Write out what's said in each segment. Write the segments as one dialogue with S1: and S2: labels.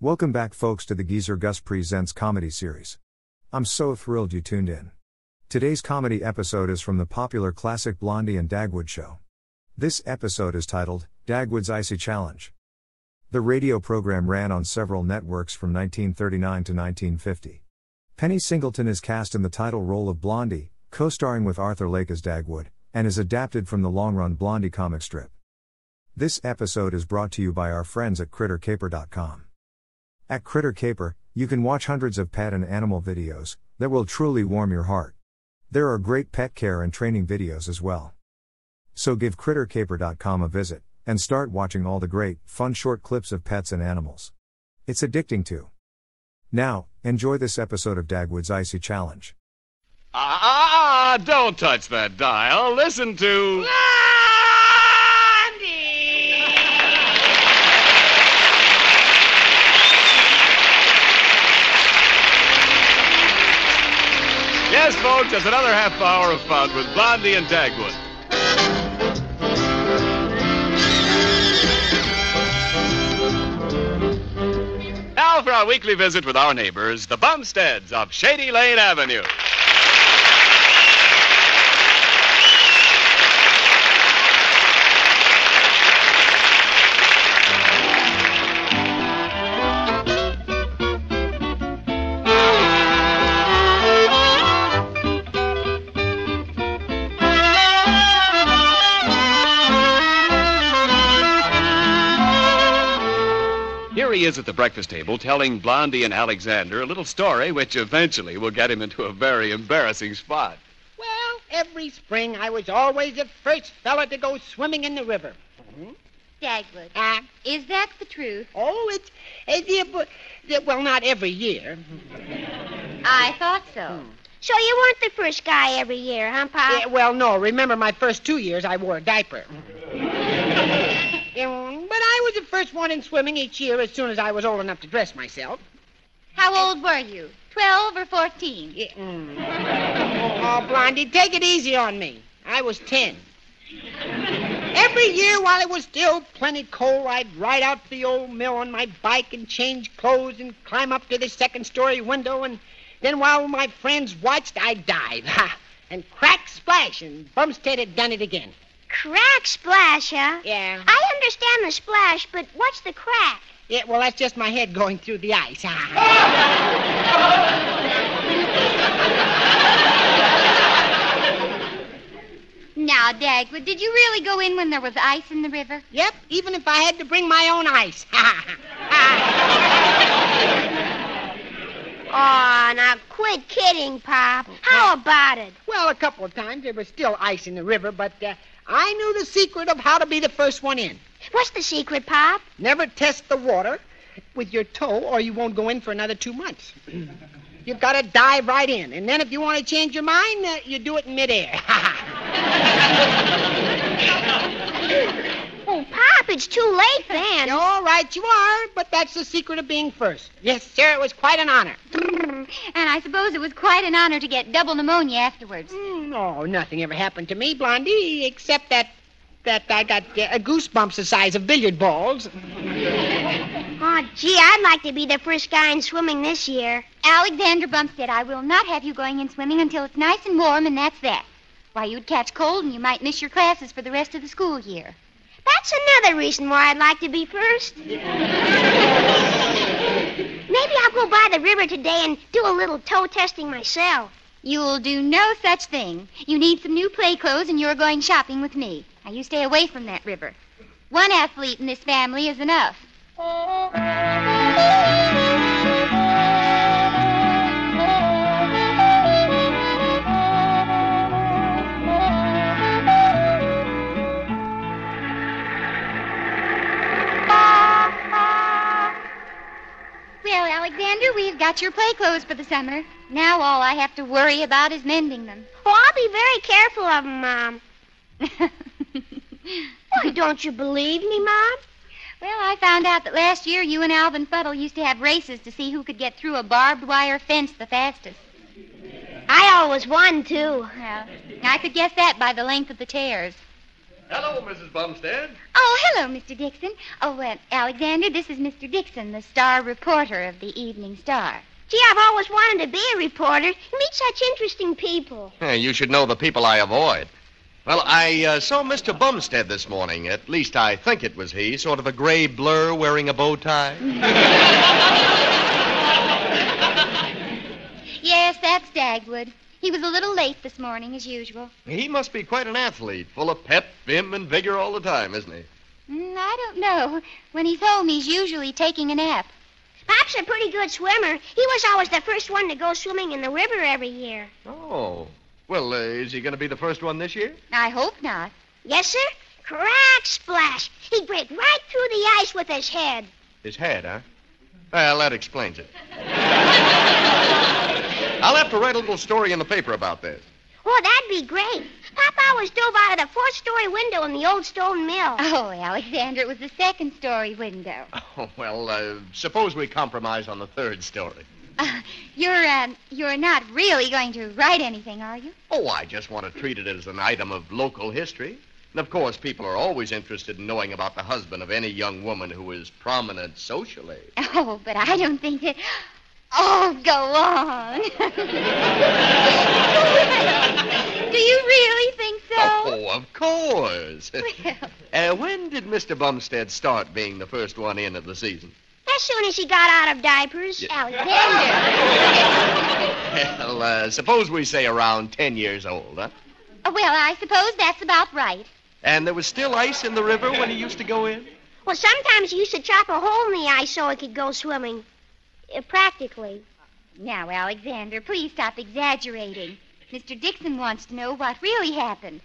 S1: Welcome back, folks, to the Geezer Gus Presents Comedy Series. I'm so thrilled you tuned in. Today's comedy episode is from the popular classic Blondie and Dagwood show. This episode is titled Dagwood's Icy Challenge. The radio program ran on several networks from 1939 to 1950. Penny Singleton is cast in the title role of Blondie, co starring with Arthur Lake as Dagwood, and is adapted from the long run Blondie comic strip. This episode is brought to you by our friends at CritterCaper.com. At Critter Caper, you can watch hundreds of pet and animal videos that will truly warm your heart. There are great pet care and training videos as well. So give CritterCaper.com a visit and start watching all the great, fun short clips of pets and animals. It's addicting to. Now, enjoy this episode of Dagwood's Icy Challenge.
S2: Ah, ah, ah, don't touch that dial. Listen to. Yes, folks, it's another half hour of fun with Blondie and Dagwood. Now for our weekly visit with our neighbors, the Bumsteads of Shady Lane Avenue. Here he is at the breakfast table telling Blondie and Alexander a little story which eventually will get him into a very embarrassing spot.
S3: Well, every spring I was always the first fella to go swimming in the river.
S4: Dagwood,
S3: Ah,
S4: is that the truth?
S3: oh, it's it's the- but- the- well, not every year.
S4: I thought so. Hmm. So you weren't the first guy every year, huh, Pop?
S3: Eh, well, no. Remember, my first two years I wore a diaper. Um, but I was the first one in swimming each year as soon as I was old enough to dress myself.
S4: How old were you? Twelve or fourteen?
S3: Eh, mm. Oh, Blondie, take it easy on me. I was ten. Every year, while it was still plenty cold, I'd ride out to the old mill on my bike and change clothes and climb up to the second story window. And then, while my friends watched, I'd dive. Ha! And crack splash, and Bumstead had done it again.
S4: Crack splash, huh?
S3: Yeah.
S4: I understand the splash, but what's the crack?
S3: Yeah, well, that's just my head going through the ice. Ha!
S4: Now, Dagwood, did you really go in when there was ice in the river?
S3: Yep, even if I had to bring my own ice. Ha! Ha!
S4: Oh, now quit kidding, Pop. How about it?
S3: Well, a couple of times there was still ice in the river, but uh, I knew the secret of how to be the first one in.
S4: What's the secret, Pop?
S3: Never test the water with your toe, or you won't go in for another two months. You've got to dive right in, and then if you want to change your mind, uh, you do it in midair.
S4: Oh, Pop, it's too late then.
S3: All right, you are, but that's the secret of being first. Yes, sir, it was quite an honor.
S4: and I suppose it was quite an honor to get double pneumonia afterwards.
S3: Mm, No, nothing ever happened to me, Blondie, except that that I got uh, goosebumps the size of billiard balls.
S4: Oh, gee, I'd like to be the first guy in swimming this year. Alexander Bumstead, I will not have you going in swimming until it's nice and warm, and that's that. Why, you'd catch cold and you might miss your classes for the rest of the school year.
S5: That's another reason why I'd like to be first. Maybe I'll go by the river today and do a little toe testing myself.
S4: You'll do no such thing. You need some new play clothes, and you're going shopping with me. Now, you stay away from that river. One athlete in this family is enough. Well, Alexander, we've got your play clothes for the summer. Now all I have to worry about is mending them.
S5: Oh, I'll be very careful of 'em, Mom. Why,
S4: well,
S5: don't you believe me, Mom?
S4: I found out that last year you and Alvin Fuddle used to have races to see who could get through a barbed wire fence the fastest.
S5: I always won, too.
S4: Well, I could guess that by the length of the tears.
S2: Hello, Mrs. Bumstead.
S4: Oh, hello, Mr. Dixon. Oh, uh, Alexander, this is Mr. Dixon, the star reporter of the Evening Star.
S5: Gee, I've always wanted to be a reporter. You meet such interesting people.
S6: Hey, Eh, you should know the people I avoid. Well, I uh, saw Mr. Bumstead this morning. At least I think it was he, sort of a gray blur wearing a bow tie.
S4: Yes, that's Dagwood. He was a little late this morning, as usual.
S6: He must be quite an athlete, full of pep, vim, and vigor all the time, isn't he?
S4: Mm, I don't know. When he's home, he's usually taking a nap.
S5: Pop's a pretty good swimmer. He was always the first one to go swimming in the river every year.
S6: Oh. Well, uh, is he going to be the first one this year?
S4: I hope not.
S5: Yes, sir? Crack splash. He'd break right through the ice with his head.
S6: His head, huh? Well, that explains it. I'll have to write a little story in the paper about this.
S5: Oh, that'd be great. Pop always dove out of the fourth story window in the old stone mill.
S4: Oh, Alexander, it was the second story window.
S6: Oh, well, uh, suppose we compromise on the third story.
S4: Uh, you're, um, you're not really going to write anything, are you?
S6: Oh, I just want to treat it as an item of local history. And of course, people are always interested in knowing about the husband of any young woman who is prominent socially.
S4: Oh, but I don't think that. Oh, go on. Do you really think so?
S6: Oh, of course.
S4: Well,
S6: uh, when did Mr. Bumstead start being the first one in of the season?
S5: As soon as he got out of diapers.
S4: Alexander.
S6: Well, uh, suppose we say around 10 years old, huh?
S4: Uh, Well, I suppose that's about right.
S6: And there was still ice in the river when he used to go in?
S5: Well, sometimes he used to chop a hole in the ice so he could go swimming. Uh, practically.
S4: Now, Alexander, please stop exaggerating. Mr. Dixon wants to know what really happened.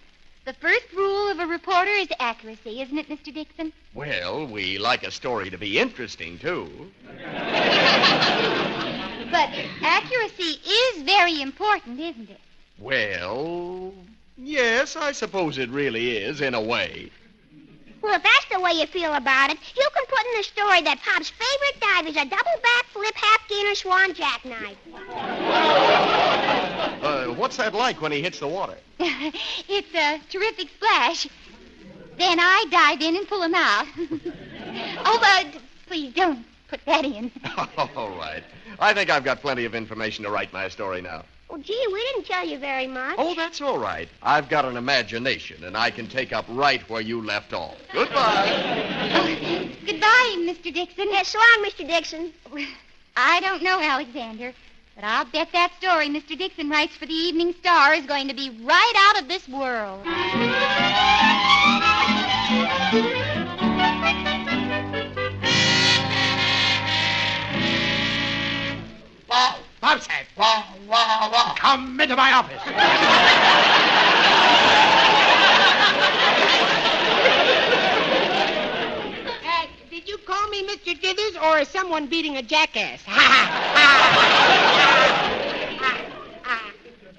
S4: The first rule of a reporter is accuracy, isn't it, Mr. Dixon?
S6: Well, we like a story to be interesting, too.
S4: But accuracy is very important, isn't it?
S6: Well, yes, I suppose it really is, in a way.
S5: Well, if that's the way you feel about it, you can put in the story that Pop's favorite dive is a double back flip, half gainer, swan jackknife.
S6: Uh, what's that like when he hits the water?
S4: it's a terrific splash. Then I dive in and pull him out. oh, but please don't put that in.
S6: All right. I think I've got plenty of information to write my story now.
S5: Well, gee, we didn't tell you very much.
S6: Oh, that's all right. I've got an imagination, and I can take up right where you left off. Goodbye.
S4: Oh, goodbye, Mr. Dixon.
S5: Yeah, so long, Mr. Dixon.
S4: I don't know, Alexander, but I'll bet that story Mr. Dixon writes for the Evening Star is going to be right out of this world.
S7: Bobshead. Wah, wah, wah. Come into my office.
S3: Uh, did you call me Mr. Dithers or is someone beating a jackass?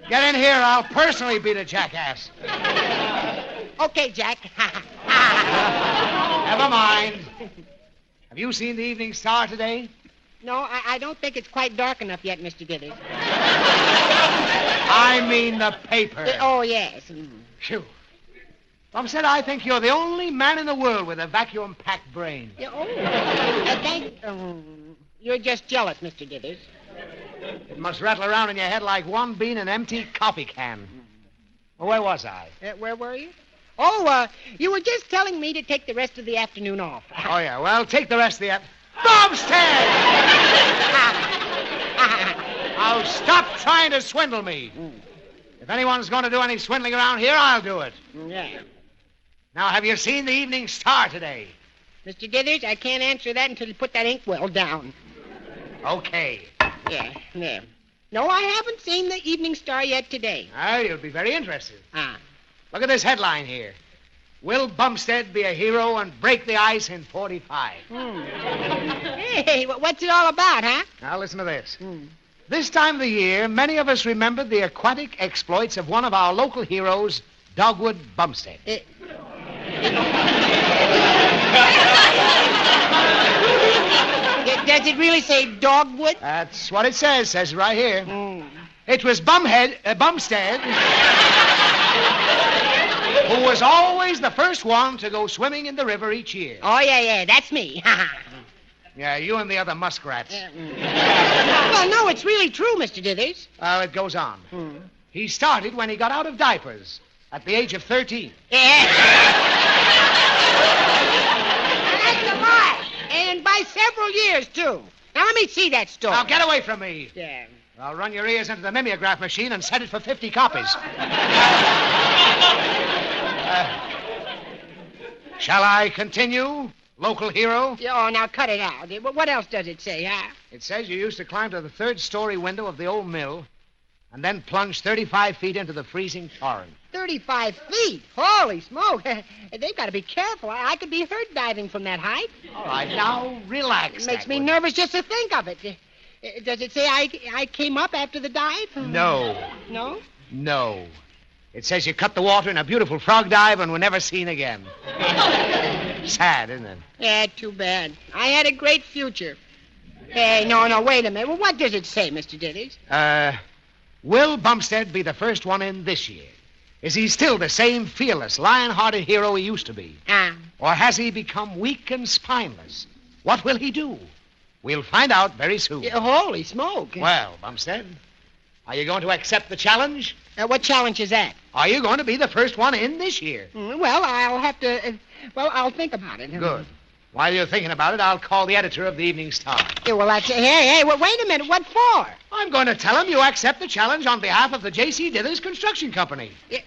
S7: Get in here. I'll personally beat a jackass.
S3: okay, Jack.
S7: Never mind. Have you seen the Evening Star today?
S3: no, I, I don't think it's quite dark enough yet, Mr. Dithers.
S7: I mean the paper.
S3: Uh, oh, yes. Mm.
S7: Phew. Bumstead, I think you're the only man in the world with a vacuum-packed brain.
S3: Yeah, oh. I think um, you're just jealous, Mr. Dithers.
S7: It must rattle around in your head like one bean in an empty coffee can. Well, where was I?
S3: Uh, where were you? Oh, uh, you were just telling me to take the rest of the afternoon off.
S7: Oh, yeah. Well, take the rest of the... app- Bumstead! Now stop trying to swindle me. If anyone's going to do any swindling around here, I'll do it.
S3: yeah.
S7: Now, have you seen the Evening Star today?
S3: Mr. Dithers, I can't answer that until you put that inkwell down.
S7: Okay.
S3: Yeah, yeah. No, I haven't seen the Evening Star yet today.
S7: Now, you'll be very interested.
S3: Ah,
S7: Look at this headline here. Will Bumstead be a hero and break the ice in 45?
S3: Hey, wh- what's it all about, huh?
S7: Now, listen to this. This time of the year, many of us remember the aquatic exploits of one of our local heroes, Dogwood Bumstead.
S3: D- does it really say dogwood?
S7: That's what it says, says right here. It was Bumhead, uh, Bumstead. who was always the first one to go swimming in the river each year.
S3: Oh, yeah, yeah, that's me.
S7: Yeah, you and the other muskrats.
S3: well, no, it's really true, Mr. Dithers.
S7: Uh, it goes on.
S3: Hmm.
S7: He started when he got out of diapers at the age of 13.
S3: That's a lie. And by several years, too. Now, let me see that story.
S7: Now get away from me.
S3: Yeah.
S7: I'll run your ears into the mimeograph machine and set it for 50 copies. Uh, shall I continue, local hero?
S3: Yeah, Oh, now cut it out. Wh- What else does it say, huh?
S7: It says you used to climb to the third story window of the old mill and then plunge 35 feet into the freezing torrent.
S3: 35 feet. Holy smoke. They've got to be careful. I, I could be hurt diving from that height.
S7: All right, now relax.
S3: It makes me
S7: Dagwood.
S3: nervous just to think of it. Uh, Does it say I, I came up after the dive?
S7: No,
S3: No?
S7: no. It says you cut the water in a beautiful frog dive and were never seen again. Sad, isn't it?
S3: Yeah, Eh, too bad. I had a great future. Hey, no, no, wait a minute. Well, what does it say, Mr. Dithers?
S7: Uh, will Bumstead be the first one in this year? Is he still the same fearless, lion-hearted hero he used to be?
S3: Ah,
S7: Or has he become weak and spineless? What will he do? We'll find out very soon.
S3: yeah, holy smoke.
S7: Well, Bumstead, are you going to accept the challenge?
S3: Uh, what challenge is that?
S7: Are you going to be the first one in this year?
S3: Mm, Well, I'll have to. Uh, well, I'll think about it.
S7: Good. While you're thinking about it, I'll call the editor of the Evening Star.
S3: Yeah, well, that's. Hey, hey, well, wait a minute. What for?
S7: I'm going to tell him you accept the challenge on behalf of the J.C. Dithers Construction Company.
S3: Yeah,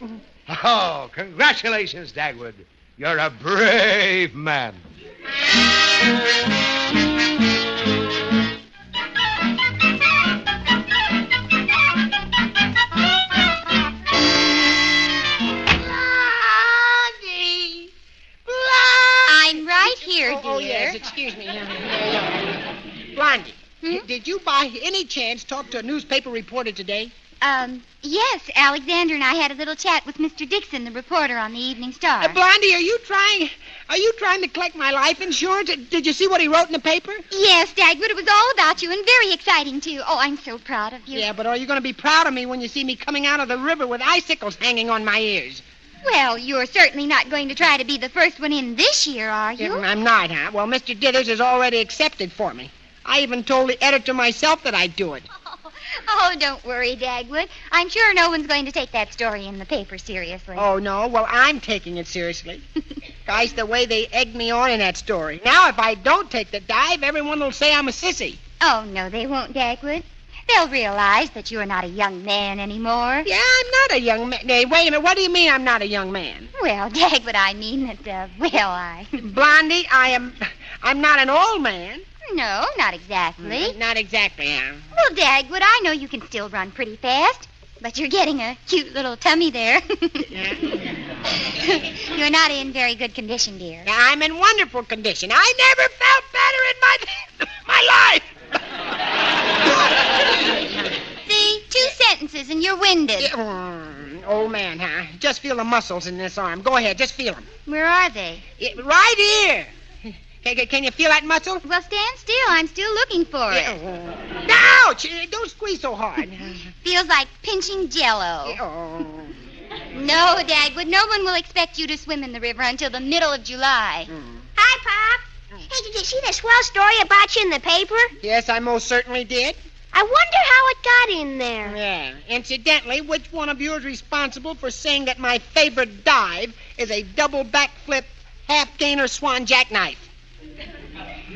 S7: Oh, congratulations, Dagwood. You're a brave man.
S3: Blondie!
S4: I'm right here,
S3: Oh,
S4: dear.
S3: oh, yes, excuse me. Yeah, yeah, yeah. Blondie,
S4: Hmm?
S3: d- did you by any chance talk to a newspaper reporter today?
S4: Um, yes, Alexander and I had a little chat with Mr. Dixon, the reporter on the Evening Star.
S3: Uh, Blondie, are you trying. Are you trying to collect my life insurance? Uh, Did you see what he wrote in the paper?
S4: yes, Dagwood, it was all about you and very exciting, too. Oh, I'm so proud of you.
S3: Yeah, but are you going to be proud of me when you see me coming out of the river with icicles hanging on my ears?
S4: Well, you're certainly not going to try to be the first one in this year, are you?
S3: I'm not, huh? Well, Mr. Dithers has already accepted for me. I even told the editor myself that I'd do it.
S4: Oh, don't worry, Dagwood. I'm sure no one's going to take that story in the paper seriously.
S3: Oh, no. Well, I'm taking it seriously. Guys, the way they egged me on in that story. Now, if I don't take the dive, everyone will say I'm a sissy.
S4: Oh, no, they won't, Dagwood. They'll realize that you are not a young man anymore.
S3: Yeah, I'm not a young man. Hey, wait a minute. What do you mean I'm not a young man?
S4: Well, Dagwood, I mean that, uh, well, I.
S3: Blondie, I am. I'm not an old man.
S4: No, not exactly.
S3: Not exactly, huh?
S4: Well, Dagwood, I know you can still run pretty fast, but you're getting a cute little tummy there. you're not in very good condition, dear.
S3: Now, I'm in wonderful condition. I never felt better in my my life.
S4: See, two sentences and you're winded.
S3: Yeah, mm, old man, huh? Just feel the muscles in this arm. Go ahead, just feel them.
S4: Where are they?
S3: right here. Can, can- can you feel that muscle?
S4: Well, stand still. I'm still looking for it.
S3: Yeah. Ouch! Eh, Don't squeeze so hard.
S4: Feels like pinching jello.
S3: oh.
S4: No, Dagwood, no one will expect you to swim in the river until the middle of July.
S5: Hi, Pop. Hey, did you see the swell story about you in the paper?
S3: Yes, I most certainly did.
S5: I wonder how it got in there.
S3: Yeah. Incidentally, which one of you is responsible for saying that my favorite dive is a double backflip, half gainer swan jackknife?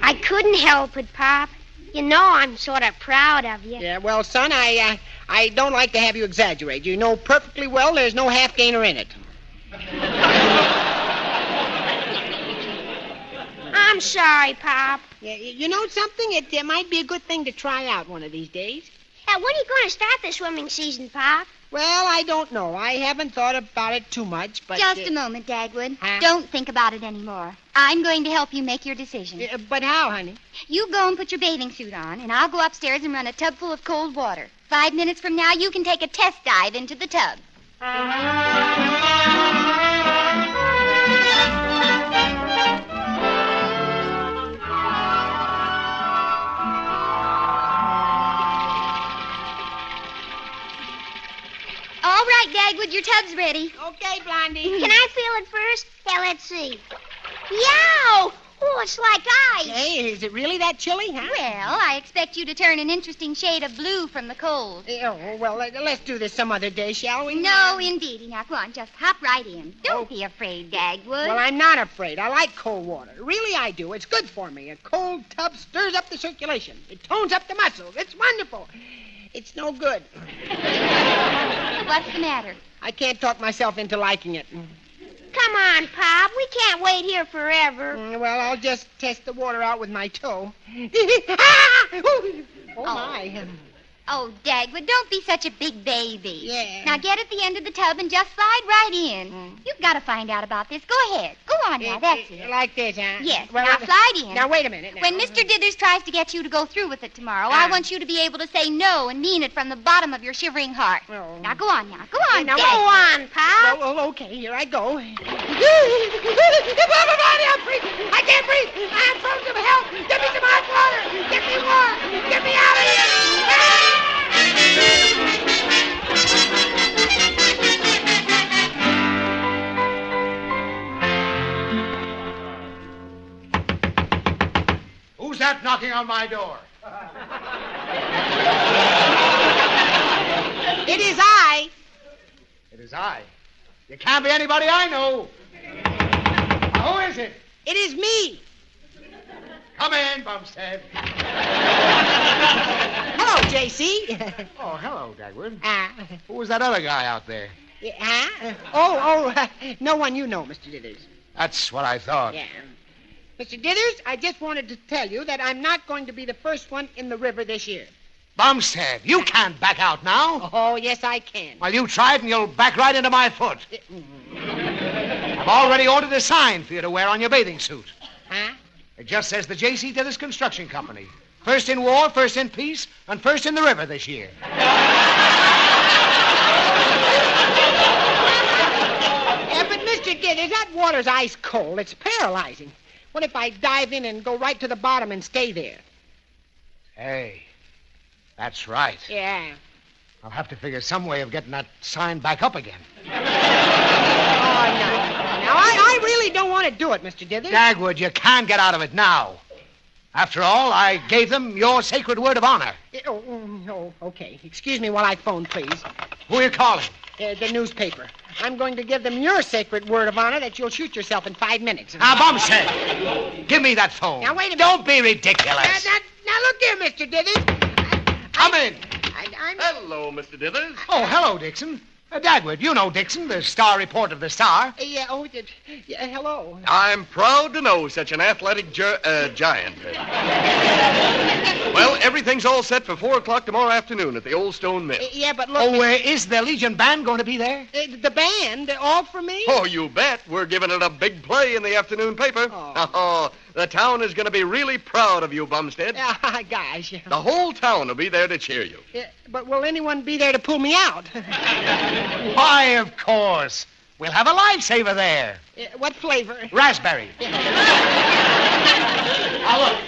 S5: I couldn't help it, Pop. You know I'm sort of proud of you.
S3: Yeah, well, son, I, uh, I don't like to have you exaggerate. You know perfectly well there's no half gainer in it.
S5: I'm sorry, Pop.
S3: Yeah, y- you know something? It, uh might be a good thing to try out one of these days.
S5: Now, when are you going to start the swimming season, Pop?
S3: Well, I don't know. I haven't thought about it too much, but
S4: Just
S3: uh,
S4: a moment, Dagwood.
S3: Huh?
S4: Don't think about it anymore. I'm going to help you make your decision.
S3: uh, but how, honey?
S4: You go and put your bathing suit on, and I'll go upstairs and run a tub full of cold water. Five minutes from now, you can take a test dive into the tub. All right, Dagwood, your tub's ready.
S3: Okay, Okay, Blondie.
S5: Can I feel it first? Yeah, let's see. Yow! Oh, it's like ice.
S3: Hey, is it really that chilly, huh?
S4: Well, I expect you to turn an interesting shade of blue from the cold.
S3: Eh, Oh, well, let- let's do this some other day, shall we?
S4: No, indeedy. Now, go on, just hop right in. Don't be afraid, Dagwood.
S3: Well, I'm not afraid. I like cold water. Really, I do. It's good for me. A cold tub stirs up the circulation. It tones up the muscles. It's wonderful. It's no good.
S4: What's the matter?
S3: I can't talk myself into liking it.
S5: Come on, Pop. We can't wait here forever.
S3: Mm, Well, I'll just test the water out with my toe. Ah! Ooh. Oh, my.
S4: Oh, Dagwood, don't be such a big baby.
S3: Yeah.
S4: Now get at the end of the tub and just slide right in. You've got to find out about this. Go ahead. Go on now. That's it.
S3: Like this, huh?
S4: Yes.
S3: Well,
S4: now slide in.
S3: Now, wait a minute. Now.
S4: When Mr. Dithers tries to get you to go through with it tomorrow,
S3: Ah.
S4: I want you to be able to say no and mean it from the bottom of your shivering heart.
S3: Oh.
S4: Now go on now. Go
S3: Yeah,
S4: on,
S3: now,
S4: Dagwood.
S3: go
S5: on, Pop.
S3: Well, well, oh, okay, here I go. Everybody, I'm freezing. I can't breathe. I'm frozen to hell. Get me some hot water. Get me water. Get me out of here. Ah!
S7: Who's that knocking on my door?
S3: It is I.
S7: It is I. You can't be anybody I know. Who is it?
S3: It is me.
S7: Come in, Bumstead.
S3: Hello, J.C.
S7: Oh, hello, Dagwood.
S3: Ah,
S7: Who was that other guy out there?
S3: yeah, huh? Oh, oh, uh, no one you know, Mr. Dithers.
S7: That's what I thought.
S3: Yeah. Mr. Dithers, I just wanted to tell you that I'm not going to be the first one in the river this year.
S7: Bumstead, you can't back out now.
S3: Oh, yes, I can.
S7: Well, you try it and you'll back right into my foot. I've already ordered a sign for you to wear on your bathing suit.
S3: Huh?
S7: It just says the J.C. Dithers Construction Company. First in war, first in peace, and first in the river this year.
S3: Yeah, but Mr. Dithers, that water's ice cold. It's paralyzing. What if I dive in and go right to the bottom and stay there?
S7: Hey, that's right.
S3: Yeah.
S7: I'll have to figure some way of getting that sign back up again.
S3: Oh, no. Now, I, I really don't want to do it, Mr. Dithers.
S7: Dagwood, you can't get out of it now. After all, I gave them your sacred word of honor.
S3: Yeah, Oh, mm, oh, okay. Excuse me while I phone, please.
S7: Who are you calling?
S3: Uh, the newspaper. I'm going to give them your sacred word of honor that you'll shoot yourself in five minutes.
S7: Now, Bumstead, give me that phone.
S3: Now, wait a minute.
S7: Don't be ridiculous.
S3: Now, now, now, look here, Mr. Dithers.
S7: Come in.
S3: I, I'm...
S6: Hello, Mr. Dithers.
S7: Oh, hello, Dixon. Uh, Dagwood, you know Dixon, the star reporter of the Star.
S3: yeah, oh, did- yeah, hello.
S6: I'm proud to know such an athletic gi- uh, giant. well, everything's all set for 4 o'clock tomorrow afternoon at the Old Stone Mill.
S3: Uh, yeah, but look,
S7: Oh, uh, is the Legion Band going to be there?
S3: uh, the band, all for me?
S6: Oh, you bet. We're giving it a big play in the afternoon paper.
S3: Oh.
S6: the town is going to be really proud of you, Bumstead.
S3: Ah, gosh.
S6: The whole town will be there to cheer you.
S3: Yeah, Eh, but will anyone be there to pull me out?
S7: Why, of course. We'll have a lifesaver there.
S3: Yeah, Eh, what flavor?
S7: Raspberry. now, look.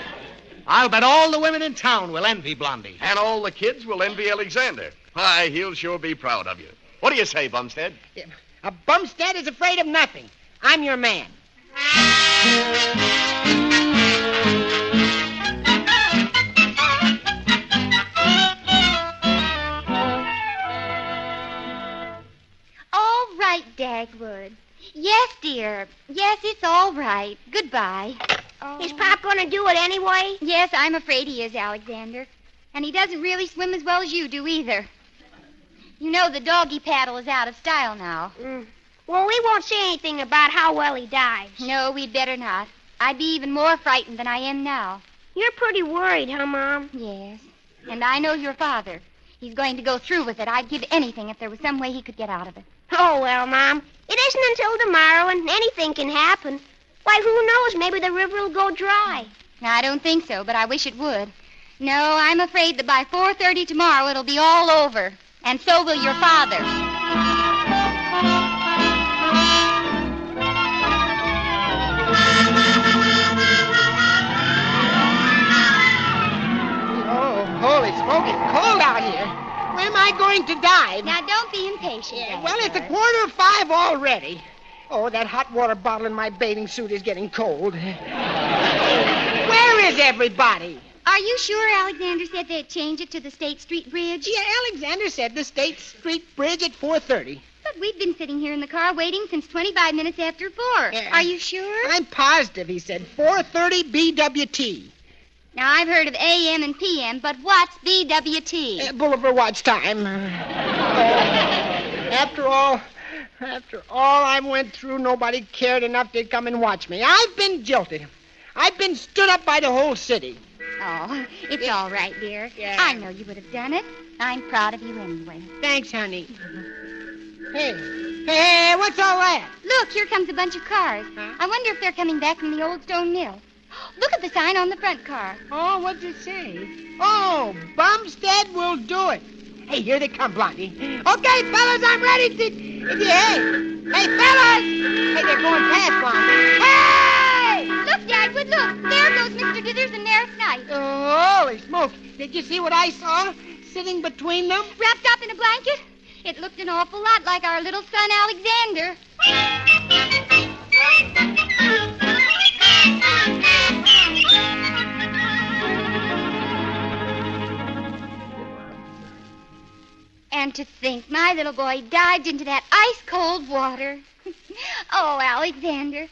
S7: I'll bet all the women in town will envy Blondie.
S6: And all the kids will envy Alexander. Why, he'll sure be proud of you. What do you say, Bumstead?
S3: Yeah, A bumstead is afraid of nothing. I'm your man.
S4: All right, Dagwood. Yes, dear. Yes, it's all right. Goodbye.
S5: Is Pop going to do it anyway?
S4: Oh. Yes, I'm afraid he is, Alexander. And he doesn't really swim as well as you do either. You know the doggy paddle is out of style now.
S5: Mm. Well, we won't say anything about how well he dives.
S4: No, we'd better not. I'd be even more frightened than I am now.
S5: You're pretty worried, huh, Mom?
S4: Yes. And I know your father. He's going to go through with it. I'd give anything if there was some way he could get out of it.
S5: Oh, well, Mom. It isn't until tomorrow, and anything can happen. Why, who knows? Maybe the river will go dry.
S4: Now, I don't think so, but I wish it would. No, I'm afraid that by 4.30 tomorrow it'll be all over. And so will your father.
S3: Oh, holy smoke, it's cold out here.
S4: Well,
S3: am I going to dive?
S4: Now, don't be impatient.
S3: Yeah,
S4: Dad.
S3: well, it's a quarter of five already. Oh, that hot water bottle in my bathing suit is getting cold. Where is everybody?
S4: Are you sure Alexander said they'd change it to the State Street Bridge?
S3: Gee, Alexander said the State Street Bridge at 4.30.
S4: But we've been sitting here in the car waiting since 25 minutes after four.
S3: Yeah.
S4: Are you sure?
S3: I'm positive he said 4.30 BWT.
S4: Now, I've heard of AM and PM, but what's BWT?
S3: Uh, Boulevard Watch time. Oh, after all, after all I went through, nobody cared enough to come and watch me. I've been jilted. I've been stood up by the whole city.
S4: oh, it's all right, dear.
S3: Yeah.
S4: I know you would have done it. I'm proud of you anyway.
S3: Thanks, honey. Hey, hey, hey, what's all that?
S4: Look, here comes a bunch of cars.
S3: Huh?
S4: I wonder if they're coming back from the old stone mill. Look at the sign on the front car.
S3: Oh, what's it say? Oh, Bumstead will do it. Hey, here they come, Blondie. Okay, fellas, I'm ready to. Hey, hey, fellas! Hey, they're going past, Blondie. Hey!
S4: Look, Dagwood, look. There goes Mr. Dithers and Merrick Knight.
S3: Oh, holy smoke! Did you see what I saw sitting between them?
S4: Wrapped up in a blanket? It looked an awful lot like our little son Alexander. And to think my little boy dived into that ice cold water. oh, Alexander.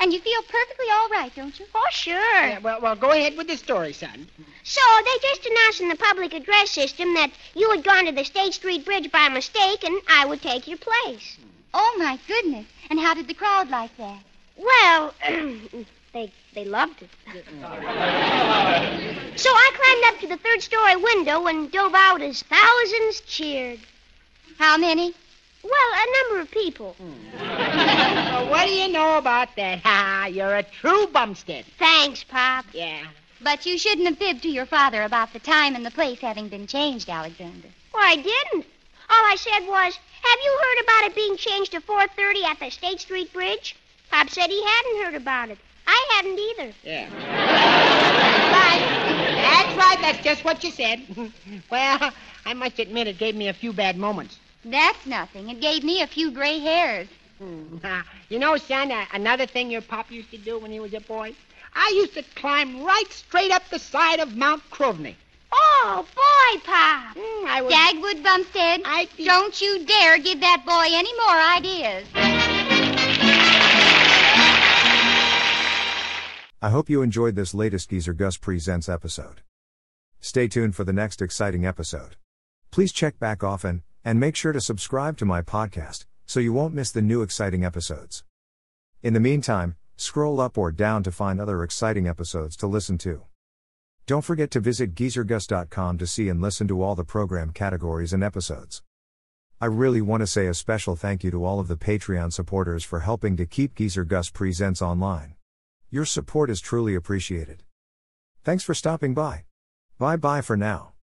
S4: And you feel perfectly all right, don't you?
S5: Oh, sure.
S3: Yeah, well, well, go ahead with the story, son.
S5: So they just announced in the public address system that you had gone to the State Street Bridge by mistake and I would take your place.
S4: Oh, my goodness. And how did the crowd like that?
S5: Well, they they loved it. so I climbed up to the third story window and dove out as thousands cheered.
S4: How many?
S5: Well, a number of people.
S3: Well, what do you know about that? Ha! You're a true Bumstead.
S5: Thanks, Pop.
S3: Yeah.
S4: But you shouldn't have fibbed to your father about the time and the place having been changed, Alexander.
S5: Well, I didn't. All I said was, "Have you heard about it being changed to 4:30 at the State Street Bridge?" Pop said he hadn't heard about it. I hadn't either.
S3: Yeah. right. That's right. That's just what you said. well, I must admit it gave me a few bad moments.
S4: That's nothing. It gave me a few gray hairs.
S3: Hmm. you know, son, uh, another thing your pop used to do when he was a boy? I used to climb right straight up the side of Mount Crovney.
S5: Oh boy, Pop.
S3: Hmm, I was...
S4: Dagwood Bumstead,
S3: I think-
S4: don't you dare give that boy any more ideas.
S1: I hope you enjoyed this latest Geezer Gus Presents episode. Stay tuned for the next exciting episode. Please check back often, and make sure to subscribe to my podcast so you won't miss the new exciting episodes. In the meantime, scroll up or down to find other exciting episodes to listen to. Don't forget to visit geezergus.com to see and listen to all the program categories and episodes. I really want to say a special thank you to all of the Patreon supporters for helping to keep Geezer Gus Presents online. Your support is truly appreciated. Thanks for stopping by. Bye bye for now.